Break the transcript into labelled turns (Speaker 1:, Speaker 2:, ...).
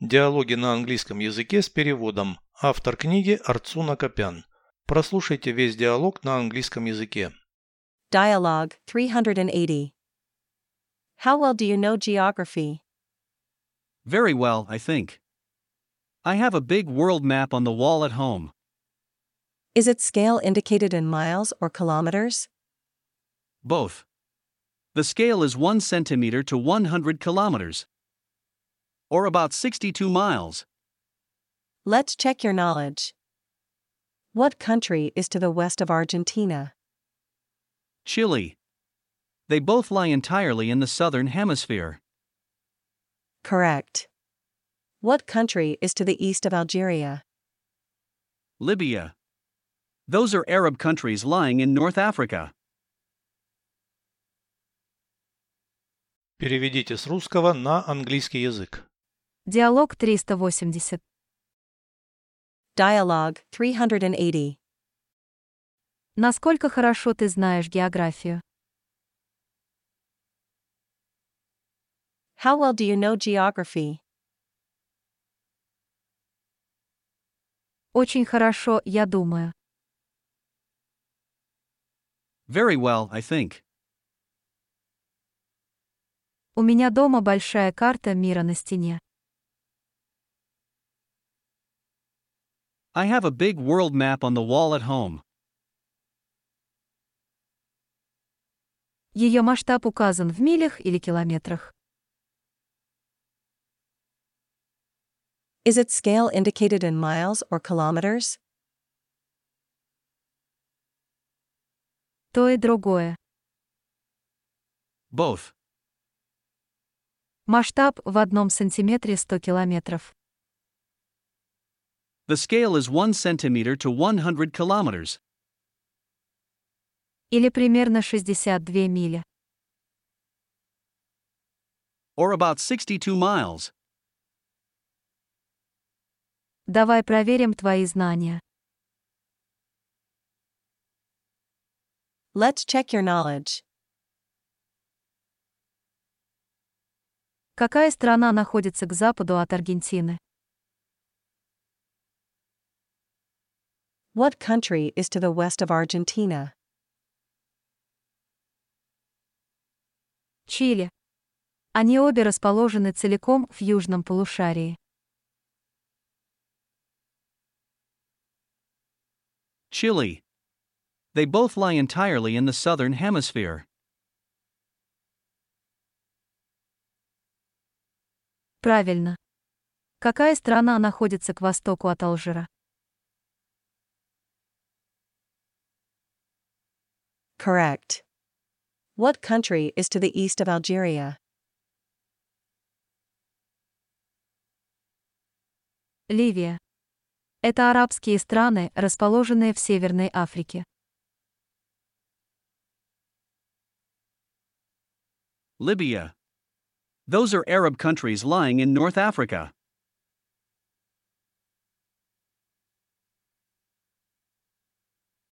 Speaker 1: Диалоги на английском языке с переводом. Автор книги Арцуна Копян. Прослушайте весь диалог на английском языке.
Speaker 2: Dialogue 380. How well do you know geography?
Speaker 3: Very well, I think. I have a big world map on the wall at home.
Speaker 2: Is its scale indicated in miles or kilometers?
Speaker 3: Both. The scale is 1 centimeter to 100 kilometers, or about 62 miles.
Speaker 2: Let's check your knowledge. What country is to the west of Argentina?
Speaker 3: Chile. They both lie entirely in the southern hemisphere.
Speaker 2: Correct. What country is to the east of Algeria?
Speaker 3: Libya. Those are Arab countries lying in North Africa.
Speaker 1: Переведите с русского на английский язык.
Speaker 4: Диалог 380.
Speaker 2: Dialogue 380.
Speaker 4: Насколько хорошо ты знаешь географию?
Speaker 2: How well do you know geography?
Speaker 4: Очень хорошо, я думаю.
Speaker 3: Very well, I think.
Speaker 4: У меня дома большая карта мира на стене.
Speaker 3: I have a big world map on the wall at home.
Speaker 4: Ее масштаб указан в милях или километрах.
Speaker 2: Is its scale indicated in miles or kilometers?
Speaker 4: То и другое.
Speaker 3: Both.
Speaker 4: Масштаб в одном сантиметре 100 километров.
Speaker 3: The scale is 1 centimeter to 100 kilometers,
Speaker 4: Или примерно 62 мили.
Speaker 3: or about 62 miles.
Speaker 4: Давай проверим твои знания.
Speaker 2: Let's check your knowledge.
Speaker 4: Какая страна находится к западу от Аргентины?
Speaker 2: What country is to the west of Argentina?
Speaker 4: Чили. Они обе расположены целиком в южном полушарии.
Speaker 3: Chile. They both lie entirely in the southern hemisphere.
Speaker 4: Правильно. Какая страна находится к востоку от Алжира?
Speaker 2: Correct. What country is to the east of Algeria?
Speaker 4: Ливия. Это арабские страны, расположенные в Северной Африке.
Speaker 3: Libya. Those are Arab countries lying in North Africa,